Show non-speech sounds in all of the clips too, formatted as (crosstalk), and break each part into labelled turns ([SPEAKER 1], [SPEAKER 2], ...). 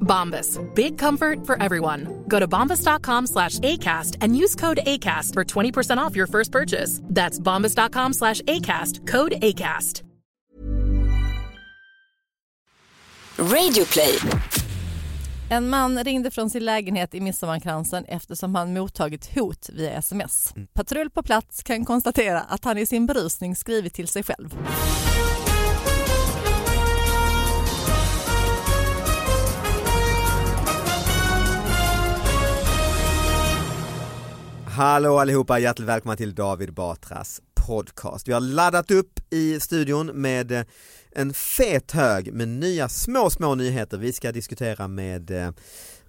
[SPEAKER 1] Bombas. Big comfort for everyone. Go to bombas.com slash ACAST and use code ACAST for 20% off your first purchase. That's bombas.com slash ACAST. Code ACAST.
[SPEAKER 2] Radioplay.
[SPEAKER 3] En man ringde från sin lägenhet i Midsommarkransen eftersom han mottagit hot via sms.
[SPEAKER 4] Mm.
[SPEAKER 3] Patrull på plats kan konstatera att han i sin berusning skrivit till sig själv.
[SPEAKER 4] Hallå allihopa, hjärtligt välkomna till David Batras podcast. Vi har laddat upp i studion med eh, en fet hög med nya små, små nyheter. Vi ska diskutera med eh,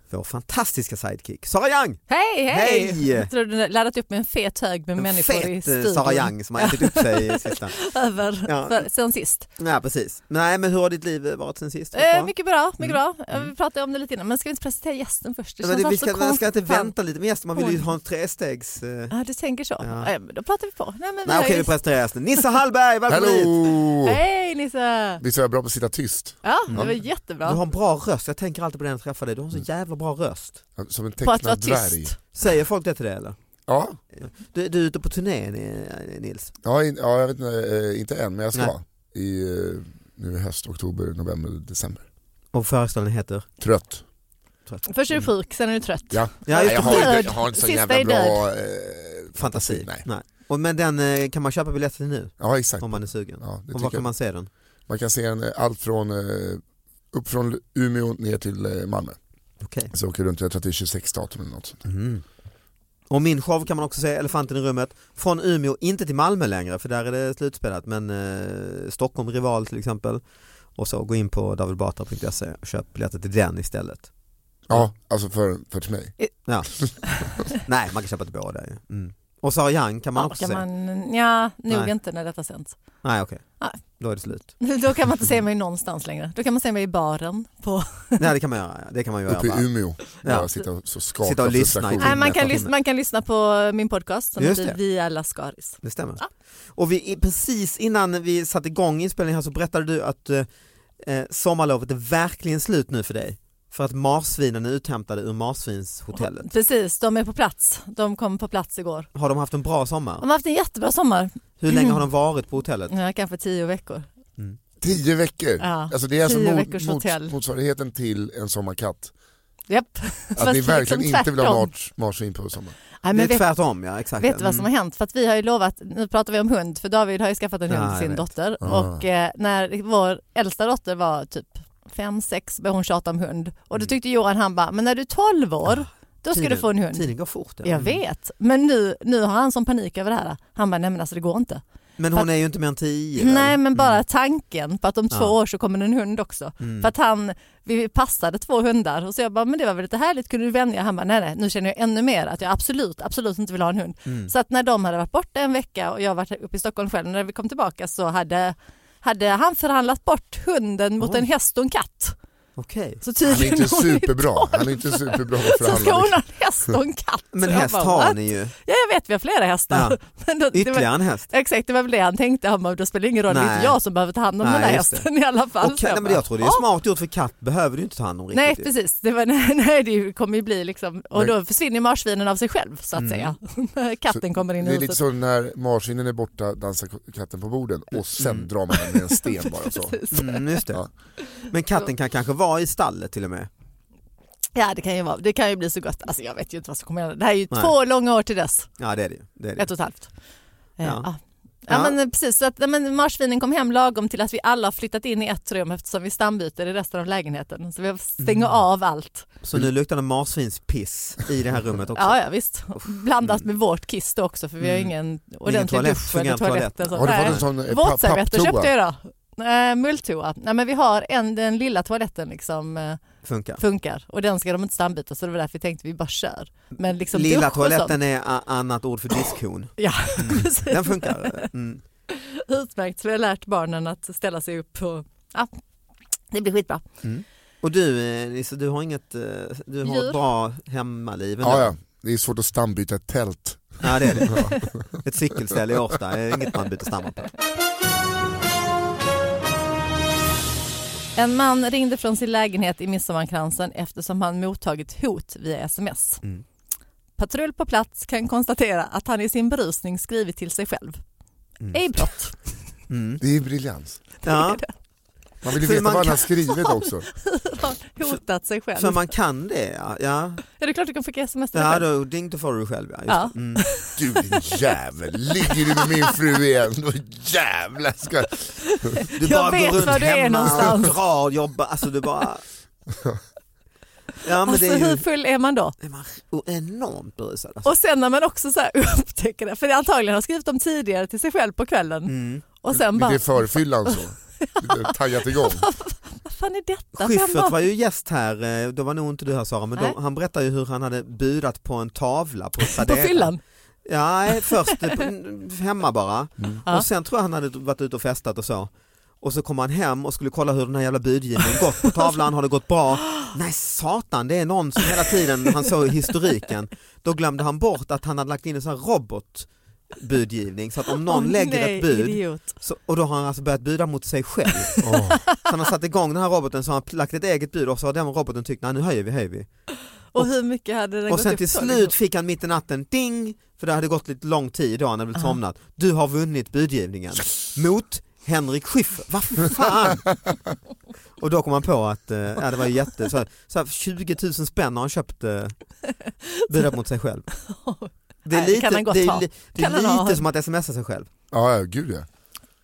[SPEAKER 4] vår fantastiska sidekick Sara Young!
[SPEAKER 3] Hej, hej!
[SPEAKER 4] Hej!
[SPEAKER 3] Jag tror du laddat upp med en fet hög med
[SPEAKER 4] En
[SPEAKER 3] människor i
[SPEAKER 4] fet eh,
[SPEAKER 3] studion.
[SPEAKER 4] Sara Young som har ätit upp sig
[SPEAKER 3] (laughs)
[SPEAKER 4] i sista.
[SPEAKER 3] Över,
[SPEAKER 4] Ja.
[SPEAKER 3] för, sen sist.
[SPEAKER 4] Ja precis. Nej men hur har ditt liv varit sen sist? Bra? Mm.
[SPEAKER 3] Eh, mycket bra, mycket bra. Eh, Vi pratade om det lite innan, men ska vi inte presentera gästen först? Det
[SPEAKER 4] Men det,
[SPEAKER 3] känns
[SPEAKER 4] vi
[SPEAKER 3] alltså
[SPEAKER 4] ska, man ska inte
[SPEAKER 3] konstigt.
[SPEAKER 4] vänta lite med gästen, man vill ju
[SPEAKER 3] Oj.
[SPEAKER 4] ha en trestegs... eh,
[SPEAKER 3] Ja, du tänker så.
[SPEAKER 4] Ja.
[SPEAKER 3] Ja. men då pratar vi på. Nej, men vi
[SPEAKER 4] Nej
[SPEAKER 3] har
[SPEAKER 4] okej
[SPEAKER 3] ju-
[SPEAKER 4] vi presenterar gästen. Nisse Hallberg, välkommen hit!
[SPEAKER 5] Hallå!
[SPEAKER 3] Hej Nisse!
[SPEAKER 5] Visst är jag bra på att sitta tyst?
[SPEAKER 3] Ja, det
[SPEAKER 5] Mm.
[SPEAKER 3] var
[SPEAKER 4] Du
[SPEAKER 3] jättebra.
[SPEAKER 4] har en bra röst, jag tänker alltid på det när jag träffar dig, du har en så jävla bra röst.
[SPEAKER 5] Som en
[SPEAKER 3] På att vara
[SPEAKER 5] tecknad dvärg.
[SPEAKER 3] tyst.
[SPEAKER 4] Säger folk det till dig eller?
[SPEAKER 5] Ja,
[SPEAKER 4] Du, du är ute på turné eh, Nils?
[SPEAKER 5] ja, in, ja jag vet inte, eh, inte än men jag ska.
[SPEAKER 4] Nej.
[SPEAKER 5] I, eh, nu i höst, oktober, november, december.
[SPEAKER 4] Och föreställningen heter?
[SPEAKER 5] Trött.
[SPEAKER 3] Först
[SPEAKER 4] Mm.
[SPEAKER 3] är du sjuk, sen är du trött.
[SPEAKER 5] Ja.
[SPEAKER 4] Ja, just
[SPEAKER 5] jag,
[SPEAKER 4] det.
[SPEAKER 5] har inte,
[SPEAKER 3] Död.
[SPEAKER 5] jag har inte så
[SPEAKER 3] Sista
[SPEAKER 5] jävla
[SPEAKER 3] är
[SPEAKER 5] bra...
[SPEAKER 3] död.
[SPEAKER 5] Eh,
[SPEAKER 4] Fantasi. Nej.
[SPEAKER 5] Nej.
[SPEAKER 4] Och, men den eh, kan man köpa biljetter till nu
[SPEAKER 5] ja exakt.
[SPEAKER 4] om man är sugen.
[SPEAKER 5] Ja, det
[SPEAKER 4] och
[SPEAKER 5] tycker
[SPEAKER 4] var kan
[SPEAKER 5] jag.
[SPEAKER 4] man se den?
[SPEAKER 5] Man kan se en, eh, allt från eh, upp från Umeå ner till eh, Malmö.
[SPEAKER 4] Okej.
[SPEAKER 5] Så åker jag runt, jag tror att det är 26 datum eller något sånt.
[SPEAKER 4] Och min show kan man också se, Elefanten i rummet, från Umeå, inte till Malmö längre för där är det slutspelat men eh, Stockholm Rival till exempel. Och så gå in på davidbatra.se och köp biljetter till den istället.
[SPEAKER 5] Ja, alltså för, för till mig. (laughs)
[SPEAKER 4] Ja. Nej, man kan köpa till båda ju. Mm. Och Sara Young kan man
[SPEAKER 3] Ja,
[SPEAKER 4] också
[SPEAKER 3] kan
[SPEAKER 4] se.
[SPEAKER 3] man, ja nog
[SPEAKER 4] Nej.
[SPEAKER 3] inte när detta sänds. (laughs)
[SPEAKER 4] Nej okej,
[SPEAKER 3] Nej.
[SPEAKER 4] då är det slut.
[SPEAKER 3] Då kan man inte se mig någonstans längre. Då kan man se mig i baren. På...
[SPEAKER 4] Nej det kan man göra, ja. det kan man ju göra.
[SPEAKER 5] Uppe i
[SPEAKER 4] bara.
[SPEAKER 5] Umeå.
[SPEAKER 4] Ja.
[SPEAKER 5] Ja. Sitta och så skaka
[SPEAKER 4] Sitta och
[SPEAKER 5] av
[SPEAKER 4] lyssna i
[SPEAKER 5] frustration.
[SPEAKER 4] timme
[SPEAKER 3] Nej, man,
[SPEAKER 4] efter
[SPEAKER 3] kan lyssna,
[SPEAKER 4] timme.
[SPEAKER 3] man kan lyssna på min podcast som
[SPEAKER 4] Just
[SPEAKER 3] heter
[SPEAKER 4] det.
[SPEAKER 3] Via Lascaris.
[SPEAKER 4] Det stämmer.
[SPEAKER 3] Ja.
[SPEAKER 4] Och vi, precis innan vi satte igång inspelningen här så berättade du att eh, eh, sommarlovet är verkligen slut nu för dig. För att marsvinen är uthämtade ur marsvinshotellet.
[SPEAKER 3] Precis, de är på plats. De kom på plats igår.
[SPEAKER 4] Har de haft en bra
[SPEAKER 3] De
[SPEAKER 4] sommar?
[SPEAKER 3] har haft en jättebra sommar.
[SPEAKER 4] Hur länge har de varit på hotellet?
[SPEAKER 3] Mm. Ja, kanske tio veckor.
[SPEAKER 5] Tio veckor.
[SPEAKER 3] Ja,
[SPEAKER 5] Alltså det är alltså
[SPEAKER 3] tio
[SPEAKER 5] mot,
[SPEAKER 3] veckors hotell.
[SPEAKER 5] mot, motsvarigheten till en sommarkatt.
[SPEAKER 3] Japp.
[SPEAKER 5] Att ni verkligen inte vill ha
[SPEAKER 3] liksom tvärtom.
[SPEAKER 5] mars, marsvin på sommaren.
[SPEAKER 3] Nej,
[SPEAKER 4] det
[SPEAKER 3] men
[SPEAKER 4] är
[SPEAKER 3] vet,
[SPEAKER 4] tvärtom ja, exakt. Mm.
[SPEAKER 3] vet du vad som har hänt? För att vi har ju lovat, nu pratar vi om hund, för David har ju skaffat en
[SPEAKER 4] Ja,
[SPEAKER 3] hund
[SPEAKER 4] jag
[SPEAKER 3] till sin
[SPEAKER 4] vet.
[SPEAKER 3] dotter.
[SPEAKER 5] Ah.
[SPEAKER 3] Och eh, när vår äldsta dotter var typ fem, sex började hon tjata om hund. Och
[SPEAKER 4] Mm.
[SPEAKER 3] då tyckte Johan, han bara, men när du är 12 år,
[SPEAKER 4] Ah.
[SPEAKER 3] då ska du
[SPEAKER 4] Tiden-
[SPEAKER 3] få en hund.
[SPEAKER 4] Tiden går fort. ja. Mm.
[SPEAKER 3] Jag vet, men nu, nu har han sån panik över det här. Han bara, nej men alltså det går inte.
[SPEAKER 4] Men hon är ju inte mer än tio. väl? Mm.
[SPEAKER 3] Nej men
[SPEAKER 5] Mm.
[SPEAKER 3] bara tanken på att om två
[SPEAKER 4] Ja.
[SPEAKER 3] år så kommer det en hund också. För att han, vi passade två hundar och så jag bara, men det var väl lite härligt, kunde du vänja? Han bara, nej nej, nu känner jag ännu mer att jag absolut, absolut inte vill ha en hund.
[SPEAKER 5] Mm.
[SPEAKER 3] Så att när de hade varit borta en vecka och jag varit uppe i Stockholm själv, när vi kom tillbaka så hade, hade han förhandlat bort hunden mot
[SPEAKER 4] Oj.
[SPEAKER 3] en häst och en katt.
[SPEAKER 4] Okej.
[SPEAKER 3] Så
[SPEAKER 5] Han är
[SPEAKER 3] tydligen
[SPEAKER 5] inte
[SPEAKER 3] har hon ju
[SPEAKER 5] superbra.
[SPEAKER 3] koll.
[SPEAKER 5] Han är inte superbra på att
[SPEAKER 3] (laughs) Så ska hon
[SPEAKER 5] förhandla. liksom.
[SPEAKER 3] ha en häst och en katt.
[SPEAKER 4] Men
[SPEAKER 3] Jag
[SPEAKER 4] häst
[SPEAKER 3] bara,
[SPEAKER 4] har
[SPEAKER 3] "What?"
[SPEAKER 4] ni ju.
[SPEAKER 3] Ja, jag vet, vi har flera hästar.
[SPEAKER 4] Ja.
[SPEAKER 3] (laughs) Men då, det var-
[SPEAKER 4] Ytterligare en häst.
[SPEAKER 3] Exakt, det var väl det han tänkte. Han bara, då spelar det ingen roll, det är
[SPEAKER 4] Nej.
[SPEAKER 3] inte jag som behöver ta hand om
[SPEAKER 4] Nej,
[SPEAKER 3] den här
[SPEAKER 4] just det.
[SPEAKER 3] hästen i alla fall.
[SPEAKER 4] Och,
[SPEAKER 3] Så
[SPEAKER 4] nej, men
[SPEAKER 3] bara,
[SPEAKER 4] jag tror det är
[SPEAKER 3] "Ja."
[SPEAKER 4] smart gjort för katt behöver du inte ta hand om riktigt.
[SPEAKER 3] Nej
[SPEAKER 4] ju.
[SPEAKER 3] precis, det, var, (laughs) nej, nej, det kommer ju bli liksom, och
[SPEAKER 5] Men-
[SPEAKER 3] då försvinner marsvinen av sig själv så att
[SPEAKER 4] Mm.
[SPEAKER 3] säga. (laughs) Katten
[SPEAKER 5] Så
[SPEAKER 3] kommer in i
[SPEAKER 5] Det är lite
[SPEAKER 3] huset.
[SPEAKER 5] så när marsvinen är borta dansar k- katten på borden och sen drar man den med en
[SPEAKER 3] (laughs)
[SPEAKER 5] sten bara så.
[SPEAKER 3] Mm. Precis.
[SPEAKER 4] Mm, just det.
[SPEAKER 5] Ja.
[SPEAKER 4] Men katten kan kanske vara i stallet till och med.
[SPEAKER 3] Ja det kan ju vara, det kan ju bli så gott. Alltså jag vet ju inte vad som kommer hända. Det här är ju
[SPEAKER 4] Nej.
[SPEAKER 3] två långa år till dess,
[SPEAKER 4] Ja det är det ju. Det är det.
[SPEAKER 3] ett och ett halvt. Eh,
[SPEAKER 4] Ja.
[SPEAKER 3] Ja.
[SPEAKER 4] Ja.
[SPEAKER 3] Ja, men eh, precis, så att, nej, men marsvinen kom hem lagom till att vi alla har flyttat in i ett rum eftersom vi stambyter i resten av lägenheten. Så vi
[SPEAKER 4] Mm.
[SPEAKER 3] stänger av allt.
[SPEAKER 4] Så nu luktar det marsvinspiss i det här rummet också.
[SPEAKER 3] (laughs) Ja, ja visst. Blandat med vårt kiss då också för vi har
[SPEAKER 4] Mm.
[SPEAKER 3] ingen ordentlig
[SPEAKER 4] toalett,
[SPEAKER 3] dusch
[SPEAKER 4] fungerar
[SPEAKER 3] eller toalett.
[SPEAKER 4] toaletten.
[SPEAKER 3] och sånt.
[SPEAKER 5] Har du
[SPEAKER 3] Nej.
[SPEAKER 5] fått en sån eh, pa-
[SPEAKER 3] Våtservetter köpte
[SPEAKER 5] papptoa?
[SPEAKER 3] jag idag. Eh, mulltoa. Nej, men vi har en, den lilla toaletten liksom eh,
[SPEAKER 4] Funkar.
[SPEAKER 3] funkar och den ska de inte stambyta så det var därför vi tänkte vi bara kör. Men liksom dusch
[SPEAKER 4] Lilla
[SPEAKER 3] och sånt-
[SPEAKER 4] toaletten är a- annat ord för diskhon.
[SPEAKER 3] Ja, (laughs) precis.
[SPEAKER 4] Den funkar. Mm.
[SPEAKER 3] Utmärkt, så vi har lärt barnen att ställa sig upp och ja, det blir skitbra.
[SPEAKER 4] Och du eh, Nisse, du har inget, eh, du har
[SPEAKER 3] Djur.
[SPEAKER 4] ett bra hemmaliv ändå.
[SPEAKER 5] Ja, ja. Det är svårt att stambyta ett tält.
[SPEAKER 4] ja det är det. Ett cykelställe i Årsta, det är inget man byter
[SPEAKER 3] (laughs)
[SPEAKER 4] stammar på.
[SPEAKER 3] En man ringde från sin lägenhet i Midsommarkransen eftersom han mottagit hot via sms.
[SPEAKER 4] Mm.
[SPEAKER 3] Patrull på plats kan konstatera att han i sin berusning skrivit till sig själv. Ej brott.
[SPEAKER 4] Mm.
[SPEAKER 5] Det är briljans.
[SPEAKER 4] (laughs) Ja,
[SPEAKER 5] Man vill ju
[SPEAKER 4] För
[SPEAKER 5] veta
[SPEAKER 4] man
[SPEAKER 5] vad han har
[SPEAKER 4] kan-
[SPEAKER 5] skrivit också.
[SPEAKER 4] (laughs)
[SPEAKER 3] har (laughs) hotat sig själv.
[SPEAKER 4] så man kan det ja. Ja,
[SPEAKER 3] Är det klart du kan skicka sms till dig
[SPEAKER 4] ja
[SPEAKER 3] själv?
[SPEAKER 4] då, det inte får du själv ja. Just
[SPEAKER 3] Ja.
[SPEAKER 4] det. Mm.
[SPEAKER 5] Du din jävel, ligger du med min fru igen? Då jävlar ska...
[SPEAKER 4] Du
[SPEAKER 3] Jag
[SPEAKER 4] bara
[SPEAKER 3] vet
[SPEAKER 4] går
[SPEAKER 3] var
[SPEAKER 4] runt
[SPEAKER 3] du är
[SPEAKER 4] hemma och
[SPEAKER 3] någonstans.
[SPEAKER 4] drar och jobbar, alltså du bara... Ja men
[SPEAKER 3] alltså
[SPEAKER 4] det är
[SPEAKER 3] hur
[SPEAKER 4] ju
[SPEAKER 3] full är man då?
[SPEAKER 4] är man o- enormt berusad. Alltså.
[SPEAKER 3] Och sen när man också så här (laughs) upptäcker det, för det antagligen har skrivit om tidigare till sig själv på kvällen
[SPEAKER 4] Mm.
[SPEAKER 3] och sen
[SPEAKER 5] Lite
[SPEAKER 3] bara,
[SPEAKER 5] i förfyllan
[SPEAKER 3] (laughs)
[SPEAKER 5] så. Lite taggat igång.
[SPEAKER 3] vad fan är detta? Fem
[SPEAKER 4] Schyffert
[SPEAKER 3] barn?
[SPEAKER 4] var ju gäst här, eh, då var nog inte du här Sara, men
[SPEAKER 3] Nej.
[SPEAKER 4] då, han berättade ju hur han hade budat på en tavla
[SPEAKER 3] (laughs)
[SPEAKER 4] på
[SPEAKER 3] På
[SPEAKER 4] Tradera.
[SPEAKER 3] fyllan?
[SPEAKER 4] Ja, eh, först eh, på- hemma bara.
[SPEAKER 3] Ja.
[SPEAKER 4] Och sen tror jag han hade varit ute och festat och så. Och så kom han hem och skulle kolla hur den här jävla budgivningen gått på tavlan, har det gått bra? Nej satan, det är någon som hela tiden, han såg i historiken, då glömde han bort att han hade lagt in en sån här robotbudgivning så att om någon
[SPEAKER 3] Åh,
[SPEAKER 4] lägger
[SPEAKER 3] nej,
[SPEAKER 4] ett bud,
[SPEAKER 3] Idiot.
[SPEAKER 4] så, och då har han alltså börjat buda mot sig själv.
[SPEAKER 5] Åh.
[SPEAKER 4] Så han har satt igång den här roboten så har han lagt ett eget bud och så har den roboten tyckt nej nu höjer vi, höjer vi.
[SPEAKER 3] Och hur mycket hade den
[SPEAKER 4] och
[SPEAKER 3] gått
[SPEAKER 4] sen
[SPEAKER 3] upp
[SPEAKER 4] till
[SPEAKER 3] då,
[SPEAKER 4] slut
[SPEAKER 3] liksom?
[SPEAKER 4] fick han mitt i natten ding, för det hade gått lite lång tid då han hade blivit somnat. Du har vunnit budgivningen mot Henrik Schyffert. Vad fan! och då kom han på att eh, ja, det var ju jätte, så här, så här 20 000 spänn har han
[SPEAKER 3] (laughs)
[SPEAKER 4] köpt eh, budat mot sig själv. Det
[SPEAKER 3] Nej,
[SPEAKER 4] är
[SPEAKER 3] det kan
[SPEAKER 4] lite,
[SPEAKER 3] han gott
[SPEAKER 4] det
[SPEAKER 3] ha.
[SPEAKER 4] är, li- det är
[SPEAKER 3] Kan han ha.
[SPEAKER 4] lite som att smsa sig själv.
[SPEAKER 5] Ja, ja, gud ja.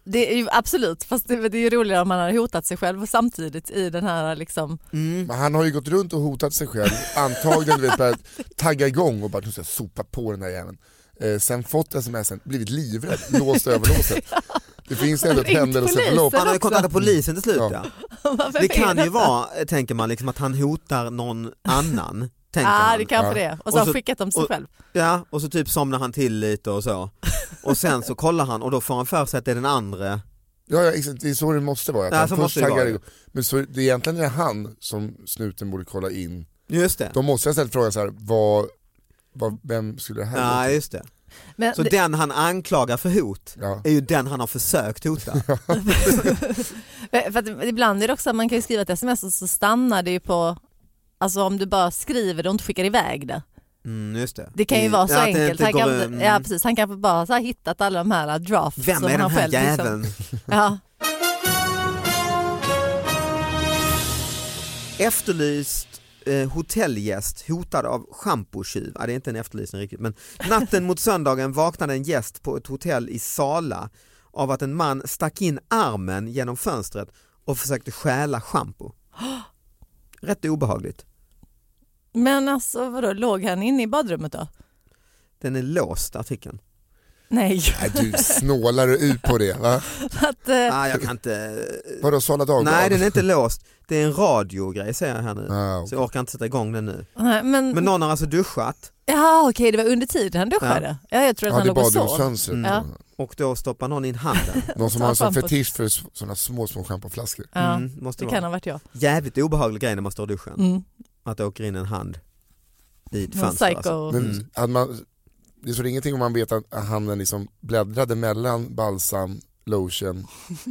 [SPEAKER 3] Det är ju absolut, fast det, det är ju roligare om man har hotat sig själv och samtidigt i den här liksom,
[SPEAKER 5] Men han har ju gått runt och hotat sig själv, antagligen du vet,
[SPEAKER 3] (laughs)
[SPEAKER 5] börjat tagga igång och bara nu ska jag sopa på den där jäveln. Eh, sen fått smsen, blivit livrädd, låst över
[SPEAKER 3] (laughs)
[SPEAKER 5] låset. Det finns ändå ett
[SPEAKER 3] Ringt
[SPEAKER 5] händelseförlopp.
[SPEAKER 3] polisen.
[SPEAKER 4] Han har ju kontaktat polisen till slut
[SPEAKER 5] Ja.
[SPEAKER 4] ja.
[SPEAKER 3] (laughs) varför
[SPEAKER 4] Det
[SPEAKER 3] är
[SPEAKER 4] kan ju
[SPEAKER 3] detta?
[SPEAKER 4] vara, eh, tänker man, liksom, att han hotar någon annan. tänker
[SPEAKER 3] Ja,
[SPEAKER 4] man.
[SPEAKER 3] Ah, det kanske det är. Och så
[SPEAKER 4] Och
[SPEAKER 3] har
[SPEAKER 4] så-
[SPEAKER 3] han skickat om sig
[SPEAKER 4] och-
[SPEAKER 3] själv.
[SPEAKER 4] ja, och så typ somnar han till lite och så. Och sen så kollar han och då får han för sig att det är den andra.
[SPEAKER 5] Ja, ja, exakt. det är så det måste vara. Att
[SPEAKER 4] Ja,
[SPEAKER 5] han
[SPEAKER 4] så
[SPEAKER 5] först
[SPEAKER 4] måste det
[SPEAKER 5] taggar
[SPEAKER 4] vara.
[SPEAKER 5] igång. Men så, det är egentligen är han som snuten borde kolla in.
[SPEAKER 4] Just det.
[SPEAKER 5] De måste ha ställt frågan så här, vad, vad, vem skulle det här gå
[SPEAKER 4] Ja,
[SPEAKER 5] till?
[SPEAKER 4] just det.
[SPEAKER 3] Men
[SPEAKER 4] Så
[SPEAKER 3] det-
[SPEAKER 4] den han anklagar för hot
[SPEAKER 5] Ja.
[SPEAKER 4] är ju den han har försökt
[SPEAKER 5] (laughs)
[SPEAKER 4] hota.
[SPEAKER 3] Eh, För att ibland är det också att man kan ju skriva ett sms och så stannar det ju på Alltså om du bara skriver det och inte skickar iväg det.
[SPEAKER 4] Mm, just det.
[SPEAKER 3] Det kan ju
[SPEAKER 4] I-
[SPEAKER 3] vara så
[SPEAKER 4] ja, att det
[SPEAKER 3] enkelt.
[SPEAKER 4] inte
[SPEAKER 3] Han
[SPEAKER 4] går,
[SPEAKER 3] kan,
[SPEAKER 4] mm,
[SPEAKER 3] ja, precis, han kanske bara så här hittat alla de här drafts
[SPEAKER 4] Vem
[SPEAKER 3] som
[SPEAKER 4] är den
[SPEAKER 3] han
[SPEAKER 4] här
[SPEAKER 3] själv liksom-
[SPEAKER 4] jäveln?
[SPEAKER 3] Ja.
[SPEAKER 4] Efterlyst eh, hotellgäst hotad av schampotjuv. Ja, det är inte en efterlysning riktigt men natten mot söndagen vaknade en gäst på ett hotell i Sala av att en man stack in armen genom fönstret och försökte stjäla schampo. Rätt obehagligt.
[SPEAKER 3] Men alltså vadå, låg han inne i badrummet då?
[SPEAKER 4] Den är låst artikeln.
[SPEAKER 3] Nej,
[SPEAKER 5] Nej, du snålar ut på det va?
[SPEAKER 3] (laughs) att, eh, Oh,
[SPEAKER 4] Ah, jag kan inte
[SPEAKER 5] Vadå sålla dagblad?
[SPEAKER 4] Nej den är inte låst, det är en radiogrej säger jag här nu.
[SPEAKER 5] Ah,
[SPEAKER 4] Så
[SPEAKER 5] okej.
[SPEAKER 4] jag orkar inte sätta igång den nu.
[SPEAKER 3] nej, men,
[SPEAKER 4] Men någon har alltså duschat
[SPEAKER 3] ja okej det var under tiden han duschade. Ja. jag tror att
[SPEAKER 5] Ja,
[SPEAKER 3] han
[SPEAKER 5] det är
[SPEAKER 3] låg och sov.
[SPEAKER 5] badrumsfönstret.
[SPEAKER 3] Mm. Ja.
[SPEAKER 4] och då stoppar någon in handen.
[SPEAKER 5] Någon som har en sån
[SPEAKER 3] Schampo.
[SPEAKER 5] fetisch för sådana små, små schampoflaskor.
[SPEAKER 3] Ja,
[SPEAKER 4] Mm, måste
[SPEAKER 3] det
[SPEAKER 4] det
[SPEAKER 3] kan ha
[SPEAKER 4] vara.
[SPEAKER 3] varit jag.
[SPEAKER 4] Jävligt obehaglig grej när man står i duschen.
[SPEAKER 3] Mm.
[SPEAKER 4] Att det åker in en hand i ett
[SPEAKER 3] Någon
[SPEAKER 4] fönster.
[SPEAKER 3] psycho.
[SPEAKER 4] Alltså.
[SPEAKER 5] Men
[SPEAKER 4] Mm.
[SPEAKER 5] att man, det står ingenting om man vet att handen liksom bläddrade mellan balsam,
[SPEAKER 3] (laughs)
[SPEAKER 5] lotion,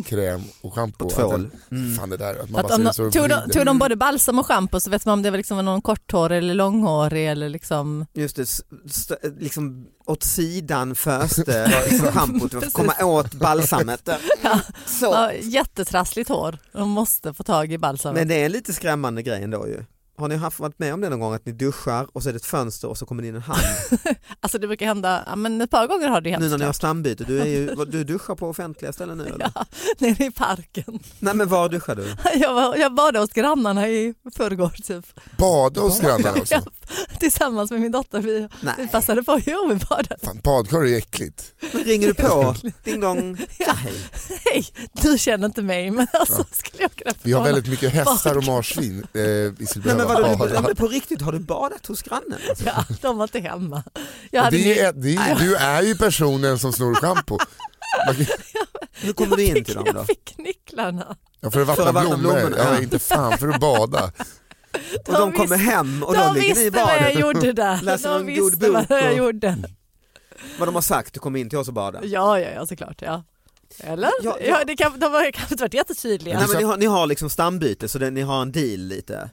[SPEAKER 5] kräm och schampo.
[SPEAKER 4] Och
[SPEAKER 5] Att
[SPEAKER 4] tvål.
[SPEAKER 5] den-
[SPEAKER 4] Mm.
[SPEAKER 5] Fan det där, att man
[SPEAKER 3] Att
[SPEAKER 5] bara
[SPEAKER 3] om
[SPEAKER 5] ser
[SPEAKER 3] de,
[SPEAKER 5] så och
[SPEAKER 3] tog, de,
[SPEAKER 5] vrider.
[SPEAKER 3] tog de både balsam och schampo så vet man om det var liksom någon korthårig eller långhårig eller liksom...
[SPEAKER 4] Just det, s- st- liksom åt
[SPEAKER 3] (laughs)
[SPEAKER 4] sidan föste liksom schampot för att komma åt balsamet. Så.
[SPEAKER 3] Ja, jättetrassligt hår. De måste få tag i balsamet.
[SPEAKER 4] Men det är en lite skrämmande grej ändå ju. Har ni haft, varit med om det någon gång att ni duschar och så är det ett fönster och så kommer det in
[SPEAKER 3] (laughs)
[SPEAKER 4] en hand?
[SPEAKER 3] Alltså det brukar hända, ja, men ett par gånger har det hänt.
[SPEAKER 4] Nu när ni har stambyte, du, är ju, vad- du duschar på offentliga ställen nu eller?
[SPEAKER 3] Ja, (laughs) nere i parken.
[SPEAKER 4] Nej men var duschar du?
[SPEAKER 3] Jag, var, jag badade hos grannarna i förrgår typ.
[SPEAKER 5] Bada hos grannarna också.
[SPEAKER 3] Ja, tillsammans med min dotter. Vi, vi
[SPEAKER 4] Nej,
[SPEAKER 3] passade på, jo vi badade.
[SPEAKER 5] Fan, badkar är äckligt.
[SPEAKER 4] men ringer du på? Ding dong. Ja, hej.
[SPEAKER 3] (laughs) Hej, du känner inte mig men alltså skulle jag kunna
[SPEAKER 5] Vi har
[SPEAKER 3] förvåna-
[SPEAKER 5] väldigt mycket hästar och marsvin eh, i
[SPEAKER 4] Nej men vadå, du, ja,
[SPEAKER 5] Silverhöga.
[SPEAKER 4] men på riktigt, har du badat hos grannen?
[SPEAKER 3] (laughs)
[SPEAKER 4] Alltså?
[SPEAKER 3] Ja, de var inte hemma. Jag hade min-
[SPEAKER 5] Det är, det är, du är ju personen som snor
[SPEAKER 3] (laughs)
[SPEAKER 5] schampo. Man kan-
[SPEAKER 4] Hur kommer du in
[SPEAKER 3] fick-
[SPEAKER 4] till dem då?
[SPEAKER 3] (laughs) Jag fick nycklarna.
[SPEAKER 5] Ja, för att vattna
[SPEAKER 4] För att vattna
[SPEAKER 5] blommor.
[SPEAKER 4] blommorna,
[SPEAKER 5] Ja,
[SPEAKER 4] ja.
[SPEAKER 5] inte fan för att bada.
[SPEAKER 4] Och de kommer
[SPEAKER 3] visste-
[SPEAKER 4] hem och
[SPEAKER 3] de
[SPEAKER 4] då ligger ni i
[SPEAKER 3] visste vad jag
[SPEAKER 4] badet.
[SPEAKER 3] gjorde där.
[SPEAKER 4] (laughs) Läser
[SPEAKER 3] de
[SPEAKER 4] någon god
[SPEAKER 3] visste vad
[SPEAKER 4] bok
[SPEAKER 3] jag
[SPEAKER 4] och-
[SPEAKER 3] gjorde.
[SPEAKER 4] Vad de har sagt, du kommer in till oss och badar.
[SPEAKER 3] Ja, ja, ja såklart. Ja. Eller? Ja,
[SPEAKER 4] Ja, ja.
[SPEAKER 3] det kan, de har kanske inte varit jättetydliga.
[SPEAKER 4] Nej, men ni, har, ni har liksom stambyte så det, ni har en deal lite?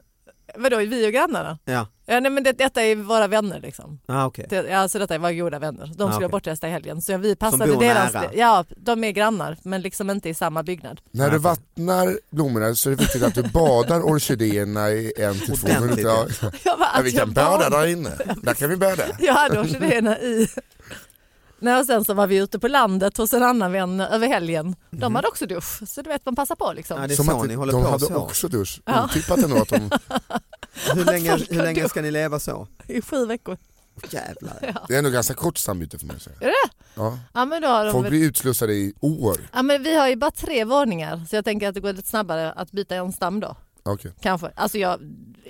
[SPEAKER 3] Vadå, vi och grannarna?
[SPEAKER 4] Ja,
[SPEAKER 3] Ja, nej, men det, detta är våra vänner liksom.
[SPEAKER 4] ah, okej.
[SPEAKER 3] Det, ja, alltså, detta är våra goda vänner. De
[SPEAKER 4] Ah,
[SPEAKER 3] skulle
[SPEAKER 4] okej.
[SPEAKER 3] vara bortresta i helgen. Så vi passade
[SPEAKER 4] bor
[SPEAKER 3] deras...
[SPEAKER 4] nära.
[SPEAKER 3] Ja, de är grannar men liksom inte i samma byggnad. (laughs)
[SPEAKER 5] När du vattnar blommorna så är det viktigt att du badar orkidéerna i en till två
[SPEAKER 4] Ordentligt,
[SPEAKER 5] minuter. Ja.
[SPEAKER 3] Jag var alltså
[SPEAKER 5] Ja, vi kan bada
[SPEAKER 3] (laughs)
[SPEAKER 5] där inne. Där kan vi bada.
[SPEAKER 3] Jag hade orkidéerna i. Nej, och sen så var vi ute på landet hos en annan vän över helgen. De
[SPEAKER 4] Mhm.
[SPEAKER 3] hade också dusch, så du vet man passar på liksom.
[SPEAKER 4] Ja, det är
[SPEAKER 5] Som
[SPEAKER 4] så
[SPEAKER 5] att
[SPEAKER 4] ni
[SPEAKER 5] de
[SPEAKER 4] håller på
[SPEAKER 5] hade
[SPEAKER 4] så.
[SPEAKER 5] också dusch.
[SPEAKER 3] Ja.
[SPEAKER 5] Otippat ändå att de...
[SPEAKER 3] (laughs)
[SPEAKER 4] Hur länge,
[SPEAKER 3] folk
[SPEAKER 4] hur
[SPEAKER 3] har
[SPEAKER 4] länge
[SPEAKER 3] dusch.
[SPEAKER 4] ska ni leva så?
[SPEAKER 3] I sju veckor.
[SPEAKER 4] Åh, Jävlar.
[SPEAKER 5] Det är ändå ganska kort sambyte för mig. Så.
[SPEAKER 3] Är det?
[SPEAKER 5] Ja.
[SPEAKER 3] Ja, men då har de
[SPEAKER 5] Folk
[SPEAKER 3] väl-
[SPEAKER 5] blir utslussade i år.
[SPEAKER 3] Ja, men vi har ju bara tre våningar så jag tänker att det går lite snabbare att byta en stam då.
[SPEAKER 5] Okay.
[SPEAKER 3] Kanske. Alltså jag,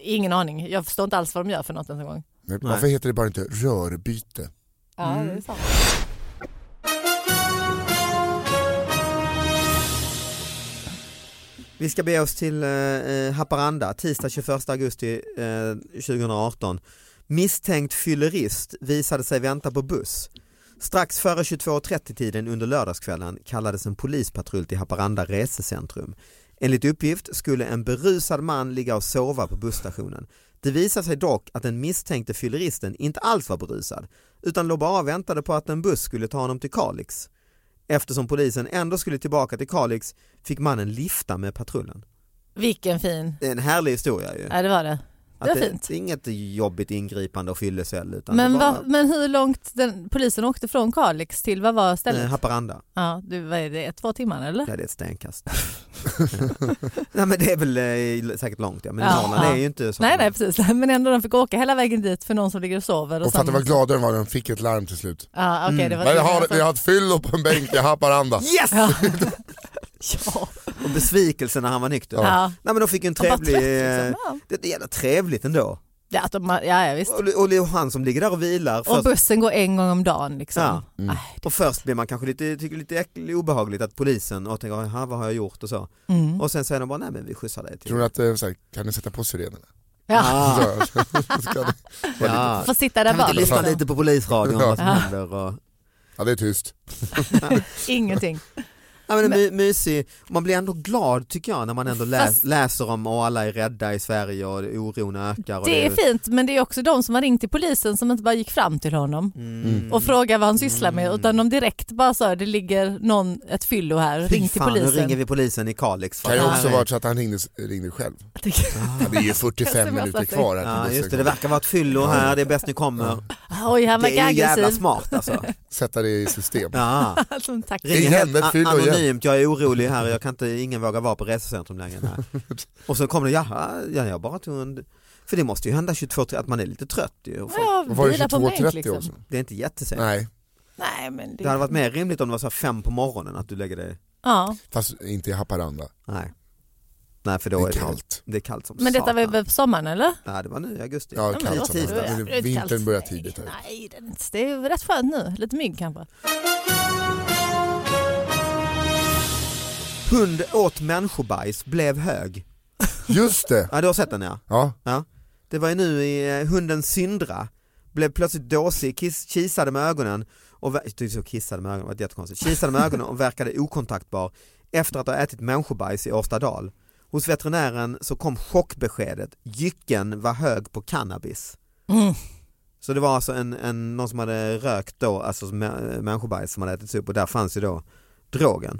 [SPEAKER 3] ingen aning. Jag förstår inte alls vad de gör för något ens en gång.
[SPEAKER 5] Nej. Varför heter det bara inte rörbyte?
[SPEAKER 3] Ja, det är sant.
[SPEAKER 4] Vi ska bege oss till eh, Haparanda tisdag 21 augusti eh, 2018. Misstänkt fyllerist visade sig vänta på buss. Strax före 22.30 tiden under lördagskvällen kallades en polispatrull till Haparanda resecentrum. Enligt uppgift skulle en berusad man ligga och sova på busstationen. Det visade sig dock att den misstänkte fylleristen inte alls var berusad utan låg bara och väntade på att en buss skulle ta honom till Kalix. Eftersom polisen ändå skulle tillbaka till Kalix fick mannen lifta med patrullen.
[SPEAKER 3] Vilken fin.
[SPEAKER 4] Det är en härlig historia ju.
[SPEAKER 3] Ja, det var det.
[SPEAKER 4] Att
[SPEAKER 3] det var fint.
[SPEAKER 4] Det är inget jobbigt ingripande och fyllecell utan
[SPEAKER 3] Men,
[SPEAKER 4] det
[SPEAKER 3] va,
[SPEAKER 4] var
[SPEAKER 3] men hur långt den, polisen åkte från Kalix till vad var
[SPEAKER 4] eh,
[SPEAKER 3] stället?
[SPEAKER 4] Haparanda.
[SPEAKER 3] Ja, du, vad är det, två timmar eller?
[SPEAKER 4] Ja, det är ett stenkast. (laughs) nej men det är väl eh, säkert långt ja, men
[SPEAKER 3] Ja,
[SPEAKER 4] i Norrland
[SPEAKER 3] ja.
[SPEAKER 4] är ju inte så.
[SPEAKER 3] Nej, nej precis. (laughs) Nej, Men ändå de fick åka hela vägen dit för någon som ligger och sover. Och
[SPEAKER 5] Och fatta
[SPEAKER 3] sen-
[SPEAKER 5] vad glada de var när de fick ett larm till slut.
[SPEAKER 3] Ja, okej, det var
[SPEAKER 5] Men jag har, vi har ett fyllo på en bänk i Haparanda.
[SPEAKER 4] Yes!
[SPEAKER 3] Ja. ja.
[SPEAKER 4] (laughs) Och besvikelsen när han var nykter.
[SPEAKER 3] Ja.
[SPEAKER 4] Nej men de fick ju en
[SPEAKER 3] De var
[SPEAKER 4] trevlig,
[SPEAKER 3] trött,
[SPEAKER 4] eh,
[SPEAKER 3] liksom. Ja.
[SPEAKER 4] det är jävla trevligt ändå.
[SPEAKER 3] Ja, att de, har- ja, ja, visst.
[SPEAKER 4] Och, och det är han som ligger där och vilar
[SPEAKER 3] Och
[SPEAKER 4] först,
[SPEAKER 3] bussen går en gång om dagen liksom.
[SPEAKER 4] Ja.
[SPEAKER 3] Nej,
[SPEAKER 4] och Äh, först blir man kanske lite, tycker lite äcklig, obehagligt att polisen och tänker "Jaha, vad har jag gjort och så.
[SPEAKER 3] Mm.
[SPEAKER 4] Och sen säger de bara nej men vi skjutsar dig till.
[SPEAKER 5] Tror ni att, eh, så här, kan ni sätta på sirenerna?
[SPEAKER 3] Ja.
[SPEAKER 5] (laughs) Så, ska ni,
[SPEAKER 4] Ja.
[SPEAKER 3] Får sitta där
[SPEAKER 4] Kan vi
[SPEAKER 3] bak.
[SPEAKER 4] inte lyssna
[SPEAKER 3] liksom.
[SPEAKER 4] lite på polisradion
[SPEAKER 5] Ja.
[SPEAKER 4] vad som händer? Och...
[SPEAKER 5] ja, det är tyst.
[SPEAKER 3] Ingenting.
[SPEAKER 4] Ja, men det är my- mysig. Man blir ändå glad tycker jag när man ändå läs,
[SPEAKER 3] Fast-
[SPEAKER 4] läser om och alla är rädda i Sverige och oron ökar. Och
[SPEAKER 3] Det är fint men det är också de som har ringt till polisen som inte bara gick fram till honom
[SPEAKER 4] Mm.
[SPEAKER 3] och frågar vad han sysslar med
[SPEAKER 5] Mm.
[SPEAKER 3] utan de direkt bara sa det ligger någon, ett fyllo här, ring till
[SPEAKER 4] fan,
[SPEAKER 3] polisen.
[SPEAKER 4] Nu ringer vi polisen i Kalix. för
[SPEAKER 5] Kan ju
[SPEAKER 4] att det
[SPEAKER 5] också
[SPEAKER 4] här är-
[SPEAKER 5] varit så att han ringde, ringde
[SPEAKER 3] (laughs)
[SPEAKER 5] själv.
[SPEAKER 4] Ah.
[SPEAKER 5] Det är ju 45 minuter kvar här
[SPEAKER 4] Ja
[SPEAKER 5] till
[SPEAKER 4] just
[SPEAKER 5] bussen
[SPEAKER 4] det,
[SPEAKER 5] kommer.
[SPEAKER 4] det verkar vara ett fyllo här, det är bäst ni kommer.
[SPEAKER 3] Oj han
[SPEAKER 4] Det
[SPEAKER 3] verkar
[SPEAKER 4] är ju jävla
[SPEAKER 3] aggressiv. (laughs)
[SPEAKER 4] smart alltså.
[SPEAKER 5] Sätta det i system.
[SPEAKER 4] Ja.
[SPEAKER 3] Alltså, tack.
[SPEAKER 4] Ringer
[SPEAKER 5] Igen,
[SPEAKER 4] helt
[SPEAKER 5] ett fyllo
[SPEAKER 4] a-
[SPEAKER 5] igen.
[SPEAKER 4] anonymt, jag är orolig här, jag kan inte, ingen vågar vara på resecentrum längre. Nej.
[SPEAKER 5] (laughs)
[SPEAKER 4] Och så kommer det, jaha, ja, jag bara tog en... För det måste ju hända 22 att man är lite trött ju. och folk-
[SPEAKER 3] Ja,
[SPEAKER 5] Och var det
[SPEAKER 3] vila på en bänk,
[SPEAKER 5] 22.30
[SPEAKER 3] liksom.
[SPEAKER 5] också?
[SPEAKER 4] Det är inte jättesent.
[SPEAKER 5] Nej.
[SPEAKER 3] Nej, men det...
[SPEAKER 4] Det hade varit mer rimligt om det var så här fem på morgonen att du lägger dig,
[SPEAKER 3] Ja,
[SPEAKER 5] Fast inte i Haparanda.
[SPEAKER 4] nej. Nej för
[SPEAKER 5] Det
[SPEAKER 4] då
[SPEAKER 5] är kallt.
[SPEAKER 4] Det är kallt som
[SPEAKER 3] men detta var ju
[SPEAKER 4] satan.
[SPEAKER 3] på sommaren eller?
[SPEAKER 4] Nej det var nu i augusti.
[SPEAKER 5] Ja,
[SPEAKER 3] men
[SPEAKER 5] kallt
[SPEAKER 3] vad
[SPEAKER 5] som
[SPEAKER 3] säger
[SPEAKER 5] fan.
[SPEAKER 3] du?
[SPEAKER 5] Men
[SPEAKER 3] Det är inte
[SPEAKER 5] Vintern
[SPEAKER 3] kallt.
[SPEAKER 5] börjar tidigt här.
[SPEAKER 3] Nej, det är inte- det är rätt skönt nu. Lite mygg kanske.
[SPEAKER 4] Hund åt människobajs, blev hög.
[SPEAKER 5] Just det!
[SPEAKER 4] (laughs) Ja du har sett den ja.
[SPEAKER 5] Ja,
[SPEAKER 4] ja. Det var ju nu i eh, hunden Syndra, blev plötsligt dåsig, kiss, kisade med ögonen och ver- jag tyckte så kissade med ögonen, det var jättekonstigt. Kisade med ögonen och verkade okontaktbar efter att ha ätit människobajs i Årstadal. Hos veterinären så kom chockbeskedet, jycken var hög på cannabis.
[SPEAKER 3] Mm.
[SPEAKER 4] Så det var alltså en, en, någon som hade rökt då, alltså som- äh, människobajs som hade ätits upp och där fanns ju då drogen.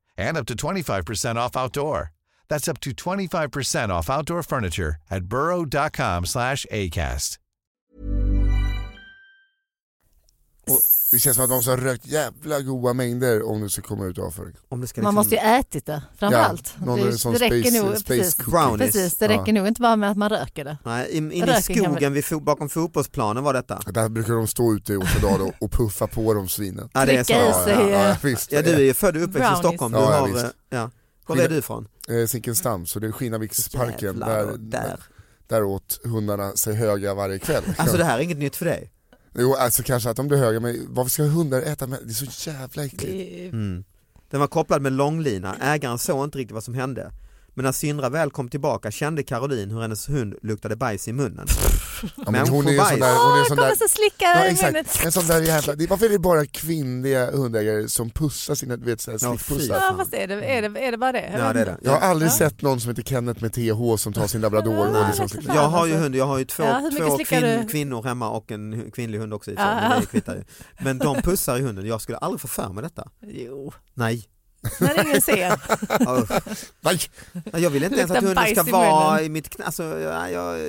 [SPEAKER 6] and up to 25% off outdoor. That's up to 25% off outdoor furniture at burrow.com/acast.
[SPEAKER 5] och det känns som att de som har rökt jävla goda mängder om du ska komma ut avföring.
[SPEAKER 4] Om det ska
[SPEAKER 3] Man
[SPEAKER 4] liksom-
[SPEAKER 3] måste ju ätit det framförallt.
[SPEAKER 5] Ja, någon är
[SPEAKER 3] det,
[SPEAKER 5] som
[SPEAKER 3] det räcker
[SPEAKER 5] space-
[SPEAKER 3] nog,
[SPEAKER 5] space
[SPEAKER 3] precis,
[SPEAKER 5] cookies.
[SPEAKER 4] Brownies.
[SPEAKER 3] precis, det räcker
[SPEAKER 5] Ja.
[SPEAKER 3] nog inte bara med att man röker det.
[SPEAKER 4] Nej, in, in i
[SPEAKER 3] Röken kan
[SPEAKER 4] skogen vid, fo- bakom fotbollsplanen var detta.
[SPEAKER 5] Där brukar de stå ute i Återdal och, och puffa på de svinen.
[SPEAKER 4] Ja, det är så.
[SPEAKER 3] Trycka i
[SPEAKER 4] Ja,
[SPEAKER 3] sig. eh.
[SPEAKER 4] ja.
[SPEAKER 5] ja, visst.
[SPEAKER 4] ja, du är ju född och uppväxt i
[SPEAKER 3] Brownies.
[SPEAKER 4] Stockholm. Du
[SPEAKER 5] Ja, ja,
[SPEAKER 4] har,
[SPEAKER 5] visst.
[SPEAKER 4] eh, ja. Var är du ifrån?
[SPEAKER 5] Eh, Zinkensdamm, så det är Skinnarviksparken. Där,
[SPEAKER 4] Jävlar,
[SPEAKER 5] där.
[SPEAKER 4] där.
[SPEAKER 5] där åt hundarna sig höga varje kväll.
[SPEAKER 4] Alltså det här är inget nytt för dig.
[SPEAKER 5] Jo, alltså kanske att de blir höga, men varför ska hundar äta? män- Det är så jävla äckligt.
[SPEAKER 3] Eh.
[SPEAKER 4] Mm. Den var kopplad med långlina, ägaren såg inte riktigt vad som hände. Men när Sindra väl kom tillbaka kände Caroline hur hennes hund luktade bajs i munnen.
[SPEAKER 5] Ja, men hon är ju en sån där... Hon är
[SPEAKER 3] Åh,
[SPEAKER 5] en
[SPEAKER 3] det
[SPEAKER 5] sån där
[SPEAKER 3] Ah, kommer så slicka
[SPEAKER 5] Ja,
[SPEAKER 3] i
[SPEAKER 5] exakt.
[SPEAKER 3] munnen.
[SPEAKER 5] En sån där jävla, det- varför är det bara kvinnliga hundägare som pussar sina, du vet såhär
[SPEAKER 4] Ja,
[SPEAKER 5] slickpussar?
[SPEAKER 4] fy.
[SPEAKER 3] Ja, fast är det, är, det, är det bara det?
[SPEAKER 4] Alltså. Ja, det är det.
[SPEAKER 5] Jag har
[SPEAKER 4] Jag,
[SPEAKER 5] aldrig sett någon som heter Kenneth med TH som tar sin labrador och
[SPEAKER 3] Nej.
[SPEAKER 5] liksom
[SPEAKER 3] Fan,
[SPEAKER 4] jag har ju
[SPEAKER 3] alltså.
[SPEAKER 4] hund, jag har ju två,
[SPEAKER 3] Ja, hur mycket
[SPEAKER 4] två
[SPEAKER 3] slickar
[SPEAKER 4] kvin,
[SPEAKER 3] du?
[SPEAKER 4] kvinnor hemma och en hu- kvinnlig hund också i och för
[SPEAKER 3] Ja,
[SPEAKER 4] sig, men
[SPEAKER 3] ja.
[SPEAKER 4] det kvittar ju. Men de pussar i hunden, jag skulle aldrig få för mig detta.
[SPEAKER 3] Jo,
[SPEAKER 5] (laughs)
[SPEAKER 4] Nej.
[SPEAKER 3] när ingen
[SPEAKER 4] (laughs)
[SPEAKER 3] ser.
[SPEAKER 4] Ja,
[SPEAKER 5] Nej,
[SPEAKER 4] Nej, Jag vill inte ens att
[SPEAKER 3] Luktar
[SPEAKER 4] hunden
[SPEAKER 3] bajs
[SPEAKER 4] ska
[SPEAKER 3] i
[SPEAKER 4] vara
[SPEAKER 3] munnen.
[SPEAKER 4] i mitt knä. Alltså, jag, jag,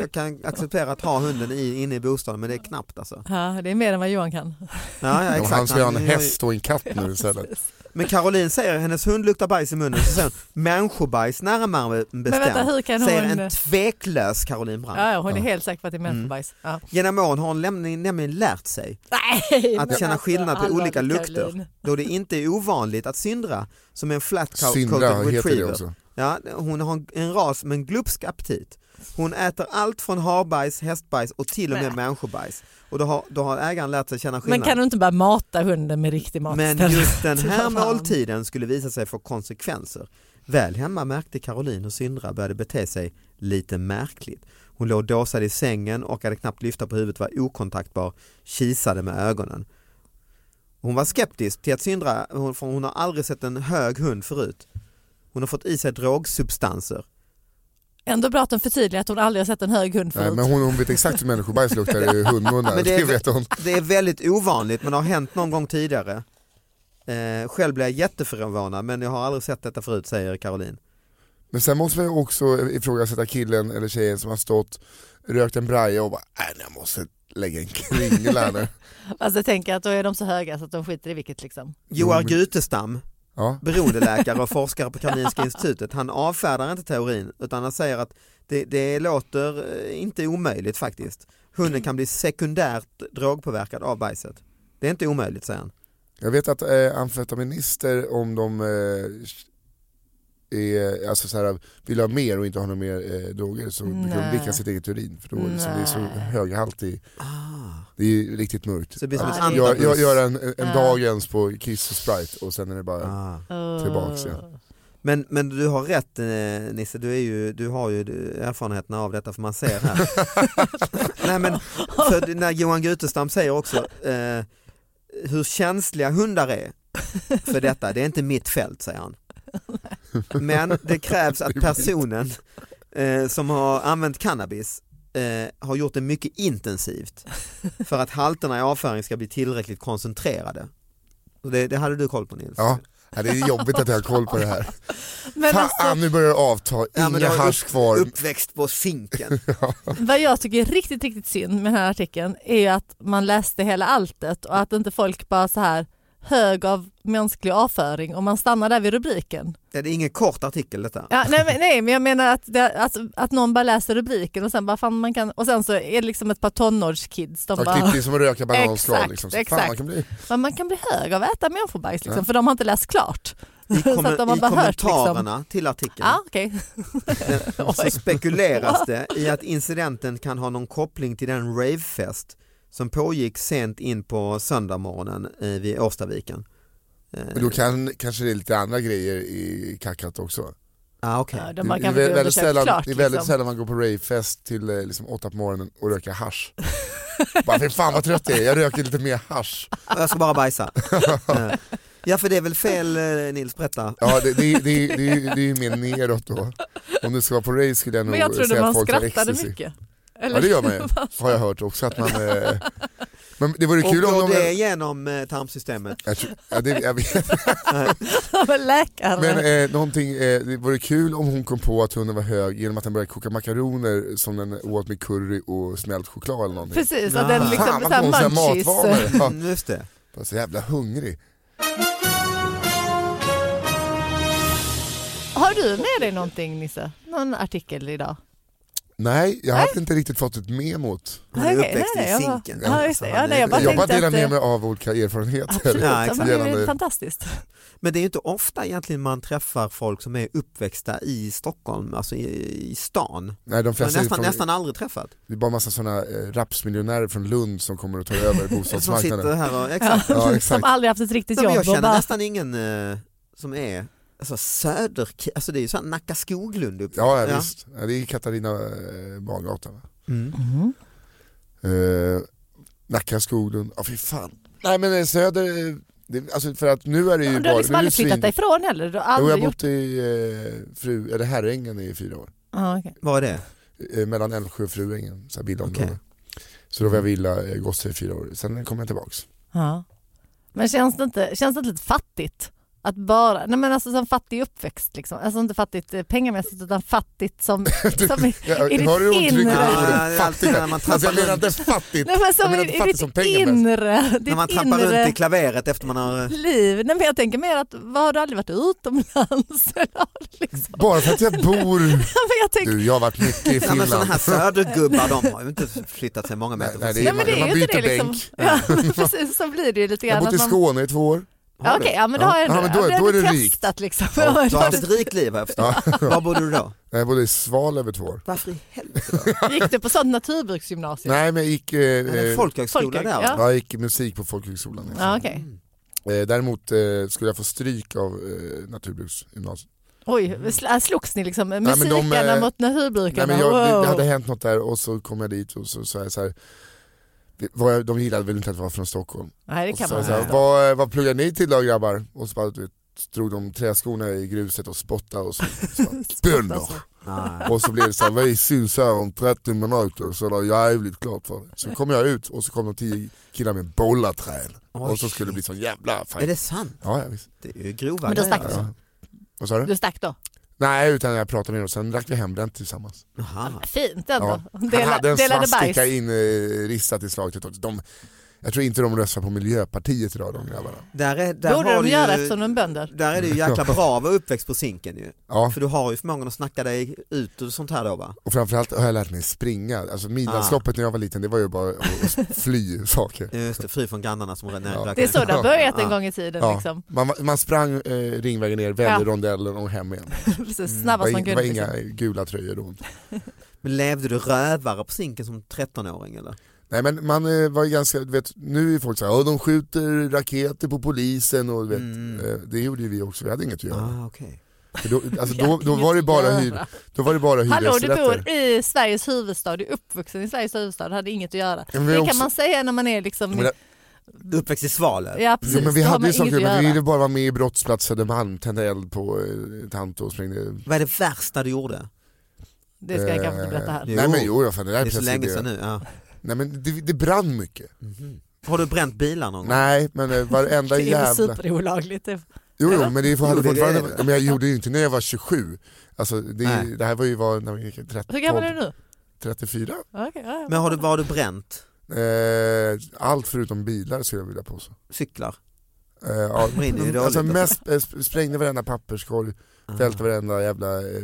[SPEAKER 4] jag kan acceptera att ha hunden i, inne i bostaden men det är knappt alltså.
[SPEAKER 3] Ja, det är mer än vad Johan kan.
[SPEAKER 4] Ja, ja,
[SPEAKER 5] ja,
[SPEAKER 4] exakt.
[SPEAKER 5] han ska ju ha en
[SPEAKER 4] Han- jag-
[SPEAKER 5] häst och en katt nu istället.
[SPEAKER 4] Men Caroline säger att hennes hund luktar bajs i munnen så säger hon människobajs närmare bestämt.
[SPEAKER 3] vänta, hur kan
[SPEAKER 4] säger
[SPEAKER 3] hon-
[SPEAKER 4] en tveklös Caroline Brandt.
[SPEAKER 3] Ja, ja, hon är helt säker på att det är
[SPEAKER 4] Mm.
[SPEAKER 3] människobajs. Ja.
[SPEAKER 4] Genom åren har hon lämn- nämligen lärt sig
[SPEAKER 3] Nej, men
[SPEAKER 4] att känna
[SPEAKER 3] alltså,
[SPEAKER 4] skillnad på
[SPEAKER 3] allvarligt,
[SPEAKER 4] olika lukter
[SPEAKER 3] Caroline.
[SPEAKER 4] då det inte är ovanligt att Syndra som är en flat co-
[SPEAKER 5] Syndra
[SPEAKER 4] coated
[SPEAKER 5] heter det
[SPEAKER 4] retriever
[SPEAKER 5] också.
[SPEAKER 4] Ja, hon har en ras med en glupsk aptit. Hon äter allt från harbajs, hästbajs och till och med
[SPEAKER 3] Nej.
[SPEAKER 4] människobajs. Och då har, då har ägaren lärt sig känna
[SPEAKER 3] Men
[SPEAKER 4] skillnad.
[SPEAKER 3] kan du inte bara mata hunden med riktig mat
[SPEAKER 4] Men
[SPEAKER 3] istället?
[SPEAKER 4] just
[SPEAKER 3] (laughs)
[SPEAKER 4] den här
[SPEAKER 3] Fan.
[SPEAKER 4] måltiden skulle visa sig få konsekvenser. Väl hemma märkte Caroline hur Syndra började bete sig lite märkligt. Hon låg dåsad i sängen och hade knappt lyfta på huvudet, var okontaktbar, kisade med ögonen. Hon var skeptisk till att Syndra, hon- för hon har aldrig sett en hög hund förut. Hon har fått i sig drogsubstanser.
[SPEAKER 3] Ändå bra att hon förtydligar att hon aldrig har sett en hög hund
[SPEAKER 5] Nej,
[SPEAKER 3] förut.
[SPEAKER 5] men hon, hon vet exakt hur människobajs luktar i hundmunnar,
[SPEAKER 4] Men
[SPEAKER 5] det,
[SPEAKER 4] det är-
[SPEAKER 5] vet hon.
[SPEAKER 4] Det är väldigt ovanligt men det har hänt någon gång tidigare. Eh, själv blev jag jätteförvånad men jag har aldrig sett detta förut säger Caroline.
[SPEAKER 5] Men sen måste vi också ifrågasätta killen eller tjejen som har stått, rökt en braja och bara, nej jag måste lägga en kringla
[SPEAKER 3] (laughs)
[SPEAKER 5] här nu.
[SPEAKER 3] Alltså jag tänker att då är de så höga så att de skiter i vilket liksom.
[SPEAKER 4] Joar Gutestam,
[SPEAKER 5] Ja.
[SPEAKER 4] beroendeläkare (laughs) och forskare på Karolinska institutet, han avfärdar inte teorin utan han säger att det, det låter eh, inte omöjligt faktiskt. Hunden kan bli sekundärt drogpåverkad av bajset. Det är inte omöjligt säger han.
[SPEAKER 5] Jag vet att eh, amfetaminister om de eh, är, alltså så här, vill ha mer och inte ha några mer eh, droger så brukar de
[SPEAKER 3] Nej.
[SPEAKER 5] dricka sitt eget urin för då liksom, det är så
[SPEAKER 3] Nej.
[SPEAKER 5] hög halt i,
[SPEAKER 4] Ah.
[SPEAKER 5] det är ju riktigt mörkt.
[SPEAKER 4] Så det blir som
[SPEAKER 5] Att
[SPEAKER 4] ett
[SPEAKER 3] Ja,
[SPEAKER 5] gör-
[SPEAKER 4] antabus.
[SPEAKER 5] gör- Göra en, en
[SPEAKER 3] Ja.
[SPEAKER 5] dagens på Kiss och Sprite och sen är det bara
[SPEAKER 4] Ah.
[SPEAKER 5] tillbaks igen.
[SPEAKER 4] Men, men du har rätt eh, Nisse, du, är ju, du har ju erfarenheterna av detta för man ser här. Nej, men, för när Johan Gutestam säger också eh, hur känsliga hundar är för detta, det är inte mitt fält säger han. Men det krävs att personen eh, som har använt cannabis eh, har gjort det mycket intensivt för att halterna i avföring ska bli tillräckligt koncentrerade. Och det, det hade du koll på Nils?
[SPEAKER 5] Ja. Ja, det är jobbigt att jag har koll på det här.
[SPEAKER 3] (laughs) Men
[SPEAKER 5] Fan,
[SPEAKER 3] alltså,
[SPEAKER 5] nu börjar det avta,
[SPEAKER 4] Ja, men
[SPEAKER 5] inga
[SPEAKER 4] det var
[SPEAKER 5] hasch
[SPEAKER 4] upp-
[SPEAKER 5] kvar.
[SPEAKER 4] Uppväxt
[SPEAKER 5] (laughs)
[SPEAKER 4] på finken.
[SPEAKER 3] vad jag tycker är riktigt, riktigt synd med den här artikeln är ju att man läste hela alltet och att inte folk bara så här hög av mänsklig avföring och man stannar där vid rubriken.
[SPEAKER 4] Ja, det är ingen kort artikel detta.
[SPEAKER 3] Ja, nej, men, nej men jag menar att, det, alltså, att någon bara läser rubriken och sen bara fan man kan och sen så är det liksom ett par tonårskids de
[SPEAKER 5] Jag
[SPEAKER 3] bara
[SPEAKER 5] klippte in som att röka bananskal.
[SPEAKER 3] Exakt,
[SPEAKER 5] Liksom. Så, Fan,
[SPEAKER 3] exakt.
[SPEAKER 5] man kan bli...
[SPEAKER 3] men man kan bli hög av att äta människobajs liksom, för de har inte läst klart.
[SPEAKER 4] I,
[SPEAKER 3] (laughs) Så
[SPEAKER 4] kommer,
[SPEAKER 3] att de har
[SPEAKER 4] i
[SPEAKER 3] bara hört, liksom.
[SPEAKER 4] kommentarerna till artikeln
[SPEAKER 3] Ja, okej. (laughs)
[SPEAKER 4] så spekuleras det i att incidenten kan ha någon koppling till den ravefest som pågick sent in på söndagmorgonen eh, vid Årstaviken. Eh,
[SPEAKER 5] Men då kan, kanske det är lite andra grejer i kackat också.
[SPEAKER 4] ah, okay.
[SPEAKER 3] Ja, de har
[SPEAKER 5] det, är
[SPEAKER 3] kanske inte
[SPEAKER 5] väldigt
[SPEAKER 3] undersökt
[SPEAKER 5] sällan,
[SPEAKER 3] klart.
[SPEAKER 5] det är väldigt
[SPEAKER 3] liksom.
[SPEAKER 5] sällan man går på ravefest till eh, liksom, åtta på morgonen och röker hasch. Bara, "Fy fan vad trött jag är, jag röker lite mer hasch.
[SPEAKER 4] Jag ska
[SPEAKER 3] (laughs)
[SPEAKER 4] bara bajsa. Eh, ja, för det är väl fel eh, Nils, berätta.
[SPEAKER 5] Ja, det, det, det, det, det, är ju mer neråt då. Om du ska vara på rave skulle jag nog
[SPEAKER 3] Men jag trodde
[SPEAKER 5] säga
[SPEAKER 3] man
[SPEAKER 5] att folk tar
[SPEAKER 3] skrattade
[SPEAKER 5] ecstasy.
[SPEAKER 3] mycket.
[SPEAKER 5] Ja
[SPEAKER 3] (laughs)
[SPEAKER 5] det gör man ju, har jag hört också att man... eh, Men det vore
[SPEAKER 4] Och
[SPEAKER 5] kul om
[SPEAKER 4] går
[SPEAKER 5] de...
[SPEAKER 4] det genom eh, tarmsystemet?
[SPEAKER 5] Jag, tror- ja, det, jag vet.
[SPEAKER 3] (laughs) Men läkare.
[SPEAKER 5] Men eh, någonting, eh, det vore kul om hon kom på att hunden var hög genom att den började koka makaroner som den åt med curry och smält choklad eller någonting.
[SPEAKER 3] Precis, att
[SPEAKER 4] Ah.
[SPEAKER 3] den liksom
[SPEAKER 5] Fan
[SPEAKER 3] så
[SPEAKER 5] vad
[SPEAKER 3] här
[SPEAKER 5] konstiga
[SPEAKER 3] munchies.
[SPEAKER 5] matvanor. Ja,
[SPEAKER 4] Mm, just det.
[SPEAKER 5] jag är så jävla hungrig.
[SPEAKER 3] Har du med dig någonting Nisse? Någon artikel idag?
[SPEAKER 5] Nej, jag hade inte riktigt fått ett memot.
[SPEAKER 4] Han är
[SPEAKER 3] Okej,
[SPEAKER 4] uppväxt
[SPEAKER 3] nej,
[SPEAKER 4] i
[SPEAKER 3] nej, jag bara-
[SPEAKER 4] sinken.
[SPEAKER 3] Ja, just det. Ja, nej, jag bara
[SPEAKER 5] jag bara
[SPEAKER 3] tänkte
[SPEAKER 5] delar
[SPEAKER 3] att
[SPEAKER 5] med
[SPEAKER 3] det-
[SPEAKER 5] mig av olika erfarenheter. (laughs)
[SPEAKER 3] Absolut,
[SPEAKER 4] Ja,
[SPEAKER 3] ja, men det är ju
[SPEAKER 5] Gällande-
[SPEAKER 3] fantastiskt.
[SPEAKER 4] Men det är ju inte ofta egentligen man träffar folk som är uppväxta i Stockholm, alltså i, i stan.
[SPEAKER 5] Nej, de
[SPEAKER 4] Man har
[SPEAKER 5] flesta är
[SPEAKER 4] nästan,
[SPEAKER 5] från,
[SPEAKER 4] nästan aldrig träffat.
[SPEAKER 5] Det är bara massa sådana eh, rapsmiljonärer från Lund som kommer och tar
[SPEAKER 3] (laughs)
[SPEAKER 5] över
[SPEAKER 4] Som sitter
[SPEAKER 5] bostadsmarknaden.
[SPEAKER 4] här och, exakt.
[SPEAKER 5] Ja,
[SPEAKER 3] (laughs) Som
[SPEAKER 5] exakt.
[SPEAKER 3] aldrig haft ett riktigt
[SPEAKER 4] Nej, men
[SPEAKER 3] jobb.
[SPEAKER 4] jag känner
[SPEAKER 3] och bara,
[SPEAKER 4] nästan ingen eh, som är alltså, söder, alltså det är ju såhär Nacka Skoglund uppe.
[SPEAKER 5] Ja, ja, visst. Ja, det är Katarina eh, Barngatan. va?
[SPEAKER 4] Mm.
[SPEAKER 3] Mhm.
[SPEAKER 5] Eh, Nacka, Skoglund, ja fy fan. Nej men eh, Söder, eh, det, alltså för att nu är det ju
[SPEAKER 3] du har
[SPEAKER 5] nu
[SPEAKER 3] liksom
[SPEAKER 5] är det
[SPEAKER 3] aldrig flyttat
[SPEAKER 5] svin-
[SPEAKER 3] dig ifrån heller? Du har
[SPEAKER 5] Jo,
[SPEAKER 3] aldrig
[SPEAKER 5] jag har
[SPEAKER 3] gjort...
[SPEAKER 5] bott i eh, fru, eller Herrängen i fyra år.
[SPEAKER 3] Ja, okej.
[SPEAKER 4] Vad är det?
[SPEAKER 5] Eh, mellan Älvsjö och Fruängen, så här villaområde.
[SPEAKER 4] Okej.
[SPEAKER 5] Så då var jag villa eh, Gosse i fyra år, sen kom jag tillbaks.
[SPEAKER 3] ja. Men känns det, inte, känns det inte lite fattigt? Att bara, nej men alltså som fattig uppväxt liksom. Alltså inte fattigt eh, pengamässigt utan
[SPEAKER 5] (laughs)
[SPEAKER 3] fattigt som, som i,
[SPEAKER 5] Ja,
[SPEAKER 3] i ditt
[SPEAKER 5] hör du uttrycket i
[SPEAKER 3] inre.
[SPEAKER 4] Ja,
[SPEAKER 5] ordet?
[SPEAKER 4] det är
[SPEAKER 5] Fattigt.
[SPEAKER 4] alltid när man
[SPEAKER 5] Alltså
[SPEAKER 4] trampar
[SPEAKER 5] jag menar
[SPEAKER 4] runt.
[SPEAKER 5] inte fattigt,
[SPEAKER 3] Nej, men
[SPEAKER 5] jag
[SPEAKER 3] som
[SPEAKER 5] menar
[SPEAKER 3] i,
[SPEAKER 5] inte
[SPEAKER 3] i
[SPEAKER 5] fattigt som
[SPEAKER 3] ditt
[SPEAKER 5] pengamässigt.
[SPEAKER 3] inre,
[SPEAKER 4] När man
[SPEAKER 3] ditt
[SPEAKER 4] trampar runt
[SPEAKER 3] inre
[SPEAKER 4] i klaveret efter man har...
[SPEAKER 3] liv. Nej men jag tänker mer att, vad har du aldrig varit utomlands? (laughs) Eller har du liksom,
[SPEAKER 5] Bara för att jag bor,
[SPEAKER 3] (laughs) Ja, men jag tänker,
[SPEAKER 5] du jag har varit mycket i
[SPEAKER 4] Ja, men
[SPEAKER 5] Finland.
[SPEAKER 4] sådana här södergubbar de har ju inte flyttat sig många meter
[SPEAKER 5] Nej,
[SPEAKER 4] från
[SPEAKER 5] nej, det är-
[SPEAKER 3] nej
[SPEAKER 4] sin.
[SPEAKER 3] men det är
[SPEAKER 5] man
[SPEAKER 3] ju inte
[SPEAKER 5] byter bänk.
[SPEAKER 3] det liksom.
[SPEAKER 5] (laughs)
[SPEAKER 3] Ja, men precis, så blir det ju lite
[SPEAKER 5] Jag
[SPEAKER 3] grann
[SPEAKER 5] har bott i
[SPEAKER 3] att man...
[SPEAKER 5] Skåne i två år.
[SPEAKER 3] Ja, Okej, ja men då har jag
[SPEAKER 5] Ja,
[SPEAKER 3] ändå,
[SPEAKER 5] men då är-
[SPEAKER 3] ja,
[SPEAKER 5] då är det rikt.
[SPEAKER 3] testat liksom.
[SPEAKER 4] Ja,
[SPEAKER 3] (laughs) Ja,
[SPEAKER 4] Du har haft ett rikt liv har jag förstått. Var bodde du då?
[SPEAKER 5] Jag bodde i Svalöv i två år.
[SPEAKER 4] Varför i helvete?
[SPEAKER 3] Gick du på sånt naturbruksgymnasium?
[SPEAKER 5] Nej men jag gick, eh,
[SPEAKER 4] Är det en
[SPEAKER 5] eh,
[SPEAKER 4] folkhögskola
[SPEAKER 3] Folkhög-
[SPEAKER 4] där?
[SPEAKER 3] ja.
[SPEAKER 4] va?
[SPEAKER 5] ja, jag gick musik på folkhögskolan. liksom.
[SPEAKER 3] Ja, okej.
[SPEAKER 5] Eh, däremot eh, skulle jag få stryk av eh, naturbruksgymnasiet.
[SPEAKER 3] Oj, sl- slogs ni liksom
[SPEAKER 5] men de,
[SPEAKER 3] musikerna
[SPEAKER 5] eh,
[SPEAKER 3] mot naturbrukarna?
[SPEAKER 5] Nej, men jag, det,
[SPEAKER 3] Wow.
[SPEAKER 5] det hade hänt något där och så kom jag dit och så sa jag så här, det var jag, de gillade väl inte att vara från Stockholm.
[SPEAKER 3] Nej, det
[SPEAKER 5] Och så
[SPEAKER 3] kan
[SPEAKER 5] sa
[SPEAKER 3] man
[SPEAKER 5] jag så här,
[SPEAKER 3] inte.
[SPEAKER 5] vad, eh, vad pluggar ni till då grabbar? Och så bara, du vet, drog de träskorna i gruset och spottade och så,
[SPEAKER 3] (laughs)
[SPEAKER 5] så bara, bönder.
[SPEAKER 4] Nej.
[SPEAKER 5] Och så blev det så här, vi syns här om 30 minuter så det är jävligt klart för dig. Så kom jag ut och så kom de tio killar med bollarträn och så skulle det bli sån jävla
[SPEAKER 4] Är
[SPEAKER 5] fight.
[SPEAKER 4] det Alltså. sant?
[SPEAKER 5] Ja, ja, visst.
[SPEAKER 4] Det är ju grova
[SPEAKER 3] Men då
[SPEAKER 4] grejer.
[SPEAKER 3] stack du.
[SPEAKER 5] Vad sa du?
[SPEAKER 3] Du stack då?
[SPEAKER 5] Nej, utan jag pratade med dem, sen drack vi hembränt tillsammans.
[SPEAKER 4] Jaha.
[SPEAKER 3] Fint ändå.
[SPEAKER 5] Han hade
[SPEAKER 3] Dela,
[SPEAKER 5] en
[SPEAKER 3] delade bajs.
[SPEAKER 5] svastika inristat i slaget. Och De, jag tror inte de röstar på Miljöpartiet idag de grabbarna.
[SPEAKER 4] Där är, där
[SPEAKER 3] Borde
[SPEAKER 4] har
[SPEAKER 3] de
[SPEAKER 4] du
[SPEAKER 3] göra
[SPEAKER 4] ju,
[SPEAKER 3] eftersom de är bönder?
[SPEAKER 4] Där är det ju jäkla bra att vara uppväxt på sinken ju.
[SPEAKER 5] Ja,
[SPEAKER 4] För du har ju förmågan att snacka dig ut och sånt här då va?
[SPEAKER 5] och framförallt har jag lärt mig springa. Alltså midnattsloppet
[SPEAKER 4] Ah.
[SPEAKER 5] när jag var liten det var ju bara att att fly (laughs) saker.
[SPEAKER 4] Just det, fri från grannarna som redan
[SPEAKER 5] Ja.
[SPEAKER 3] Det är så det har börjat en gång i tiden.
[SPEAKER 5] Ja,
[SPEAKER 3] Liksom. (laughs)
[SPEAKER 5] man, man sprang eh, ringvägen ner, vände
[SPEAKER 3] Ja.
[SPEAKER 5] rondellen och hem
[SPEAKER 3] (laughs)
[SPEAKER 5] igen.
[SPEAKER 3] Precis, snabbast
[SPEAKER 5] det var, in,
[SPEAKER 3] man
[SPEAKER 5] Mm. det var
[SPEAKER 3] kunde. liksom.
[SPEAKER 5] inga gula tröjor då.
[SPEAKER 4] Men levde du rövare på sinken som 13-åring eller?
[SPEAKER 5] Nej men man eh, var ju ganska, du vet, nu är folk såhär, "Ja, de skjuter raketer på polisen och du vet,
[SPEAKER 4] Mm.
[SPEAKER 5] eh, det gjorde ju vi också, vi hade inget att göra.
[SPEAKER 4] Ah, okej.
[SPEAKER 5] För
[SPEAKER 4] (laughs)
[SPEAKER 5] då, alltså, då, då, var det bara hyr, då var det bara
[SPEAKER 3] Hallå, du
[SPEAKER 5] hyresrätter.
[SPEAKER 3] bor i Sveriges huvudstad, du är uppvuxen i Sveriges huvudstad, hade inget att göra.
[SPEAKER 5] Men vi
[SPEAKER 3] det
[SPEAKER 5] också-
[SPEAKER 3] kan man säga när man är liksom...
[SPEAKER 5] Men det-
[SPEAKER 4] Uppväxt i Svalöv.
[SPEAKER 3] ja, precis,
[SPEAKER 5] Jo, men vi
[SPEAKER 3] då har
[SPEAKER 5] hade
[SPEAKER 3] man
[SPEAKER 5] ju saker,
[SPEAKER 3] inget att
[SPEAKER 5] men vi
[SPEAKER 3] göra.
[SPEAKER 5] ville bara vara med i brottsplats Södermalm, tända eld på eh, ett halmtå och sprängde
[SPEAKER 4] Vad är det värsta du gjorde?
[SPEAKER 3] Det ska jag kanske
[SPEAKER 5] Eh,
[SPEAKER 3] inte berätta här.
[SPEAKER 4] Jo.
[SPEAKER 5] Nej men jo, ja, fan, det där
[SPEAKER 4] Det
[SPEAKER 5] är
[SPEAKER 4] är så
[SPEAKER 5] precis
[SPEAKER 4] länge
[SPEAKER 5] det.
[SPEAKER 4] sedan nu. Ja.
[SPEAKER 5] Nej men det, det brann mycket.
[SPEAKER 4] Mhm. Har du bränt bilar någon gång?
[SPEAKER 5] Nej men eh, varenda
[SPEAKER 3] (laughs) Det är väl
[SPEAKER 5] jävla...
[SPEAKER 3] superolagligt. det-
[SPEAKER 5] Jo, jo
[SPEAKER 3] Eller?
[SPEAKER 5] men det hade
[SPEAKER 4] Jo, det är det.
[SPEAKER 5] fortfarande... Men jag gjorde det ju inte när jag var 27. Alltså det,
[SPEAKER 4] Nej.
[SPEAKER 5] det här var ju var när jag gick i 13,
[SPEAKER 3] Hur gammal är du nu?
[SPEAKER 5] 34.
[SPEAKER 3] Okej, ja, ja.
[SPEAKER 4] Men har du, vad har du bränt?
[SPEAKER 5] Eh, allt förutom bilar skulle jag vilja påstå.
[SPEAKER 4] Cyklar?
[SPEAKER 5] Eh, ja,
[SPEAKER 4] Men det är ju dåligt,
[SPEAKER 5] alltså
[SPEAKER 4] alltså. Ah.
[SPEAKER 5] mest, eh, sp- sprängde varenda papperskorg, välte varenda jävla eh,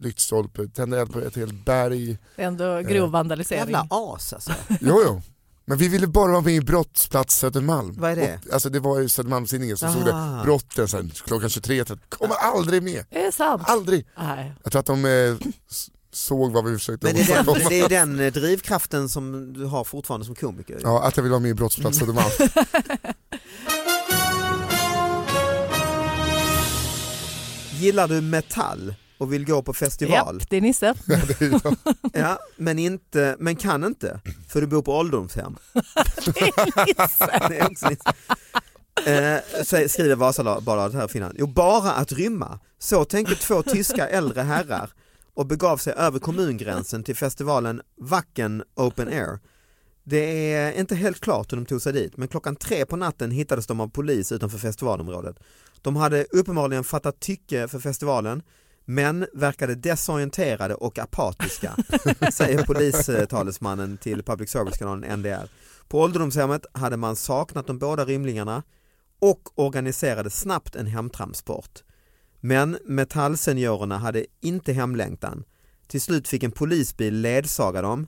[SPEAKER 5] lyktstolpe, tände eld på ett helt berg.
[SPEAKER 3] Det är
[SPEAKER 5] Eh,
[SPEAKER 3] ändå grov vandalisering.
[SPEAKER 4] Jävla
[SPEAKER 5] (laughs)
[SPEAKER 4] as alltså.
[SPEAKER 5] Jo, jo. Men vi ville bara vara med i Brottsplats Södermalm.
[SPEAKER 4] Vad är det?
[SPEAKER 5] Och, alltså det var ju Södermalmstidningen som
[SPEAKER 4] Aha.
[SPEAKER 5] såg det, brotten sen, klockan 23.30, kommer aldrig med,
[SPEAKER 3] Är det sant?
[SPEAKER 5] aldrig.
[SPEAKER 3] Nej.
[SPEAKER 5] Jag tror att de eh, s- såg vad vi försökte
[SPEAKER 4] Men det är,
[SPEAKER 5] åstadkomma.
[SPEAKER 4] den, det är den eh, drivkraften som du har fortfarande som komiker.
[SPEAKER 5] Ja, att jag vill vara med i Brottsplats
[SPEAKER 4] (laughs)
[SPEAKER 5] Södermalm.
[SPEAKER 4] Gillar du metall och vill gå på festival?
[SPEAKER 3] Japp, det
[SPEAKER 5] (laughs)
[SPEAKER 3] är Nisse.
[SPEAKER 5] Det är ju-
[SPEAKER 4] Ja, men, inte, men kan inte för du bor på ålderdomshem.
[SPEAKER 3] Det är Nisse.
[SPEAKER 4] Det är också lite- Eh, så skriver Vasabladet här finnan. Jo, bara att rymma. Så tänkte två tyska äldre herrar och begav sig över kommungränsen till festivalen Wacken Open Air. Det är inte helt klart hur de tog sig dit, men klockan tre på natten hittades de av polis utanför festivalområdet. De hade uppenbarligen fattat tycke för festivalen, men verkade desorienterade och apatiska, (laughs) säger polistalesmannen till public service-kanalen NDR. På ålderdomshemmet hade man saknat de båda rymlingarna och organiserade snabbt en hemtrampsport. Men metallseniorerna hade inte hemlängtan. Till slut fick en polisbil ledsaga dem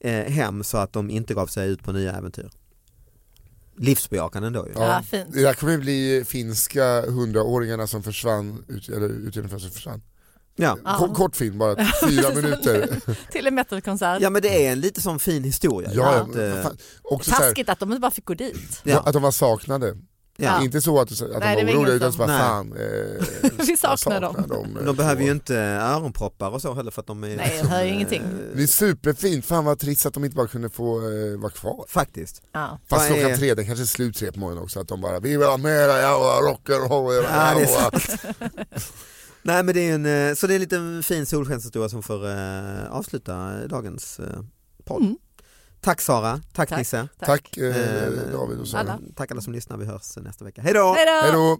[SPEAKER 4] eh, hem så att de inte gav sig ut på nya äventyr. Livsbejakande ändå ju.
[SPEAKER 3] Ja, fint.
[SPEAKER 5] Det där kommer ju bli finska hundraåringarna som försvann, ut, eller utredningen som försvann.
[SPEAKER 4] Ja.
[SPEAKER 5] Kort, kort film, bara
[SPEAKER 4] (laughs)
[SPEAKER 5] fyra minuter.
[SPEAKER 3] (laughs) Till en metalkonsert.
[SPEAKER 4] ja men det är en lite sån fin historia. ju.
[SPEAKER 5] Ja,
[SPEAKER 4] Att,
[SPEAKER 5] ja.
[SPEAKER 4] eh,
[SPEAKER 5] Fan, Också så här,
[SPEAKER 3] Taskigt att de inte bara fick gå dit.
[SPEAKER 4] ja.
[SPEAKER 5] att de var saknade.
[SPEAKER 4] Ja.
[SPEAKER 5] Inte så att, att de
[SPEAKER 3] Nej, det var
[SPEAKER 5] var
[SPEAKER 3] ingen
[SPEAKER 5] oroliga utan så
[SPEAKER 3] sån.
[SPEAKER 5] bara
[SPEAKER 4] Nej.
[SPEAKER 5] fan, eh,
[SPEAKER 3] (laughs) Vi
[SPEAKER 5] jag eh,
[SPEAKER 3] saknar dem.
[SPEAKER 4] De behöver ju inte öronproppar och så heller för att de är...
[SPEAKER 3] Nej, jag hör ju ingenting.
[SPEAKER 5] Det är superfint, fan vad trist att de inte bara kunde få eh, vara kvar.
[SPEAKER 4] Faktiskt.
[SPEAKER 3] Ja.
[SPEAKER 5] Fast
[SPEAKER 4] Vad är-
[SPEAKER 5] klockan tre, det kanske är slut tre på morgonen också, att de bara vi vill ha mera jävla rock'n'roll.
[SPEAKER 4] Ja, det är
[SPEAKER 5] jävla-
[SPEAKER 4] (laughs) Nej men det är en, eh, så det är en liten fin solskenshistoria som får eh, avsluta dagens eh, podd.
[SPEAKER 3] Mm.
[SPEAKER 4] Tack Sara, tack,
[SPEAKER 3] Tack.
[SPEAKER 4] Nisse.
[SPEAKER 5] Tack eh,
[SPEAKER 4] Eh,
[SPEAKER 5] David och Sara.
[SPEAKER 3] alla.
[SPEAKER 4] Tack alla som lyssnar, vi hörs nästa vecka. Hej då!
[SPEAKER 3] Hej då!
[SPEAKER 5] Hej då.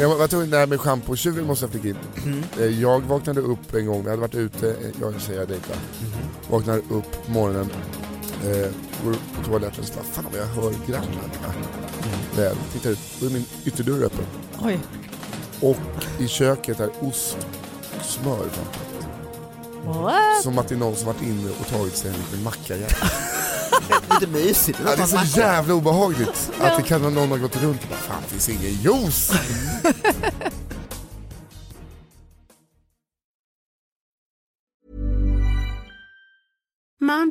[SPEAKER 5] Jag var- var tvungen, det här med schampotjuven måste jag flika in. Eh, Jag vaknade upp en gång, jag hade varit ute, eh, jag och en tjej jag dejtade. Vaknar upp på morgonen, eh, går upp på toaletten och så bara, fan vad jag hör grannarna. Väl, tittar ut, då är min ytterdörr öppen.
[SPEAKER 3] Oj.
[SPEAKER 5] Och i köket är ost och smör framför.
[SPEAKER 3] What?
[SPEAKER 5] Som att det är någon som varit inne och tagit sig en liten macka.
[SPEAKER 4] Lite mysigt.
[SPEAKER 5] Ja, det är så jävla obehagligt att det kan vara någon har gått runt och bara fan det finns ingen juice.
[SPEAKER 7] Mom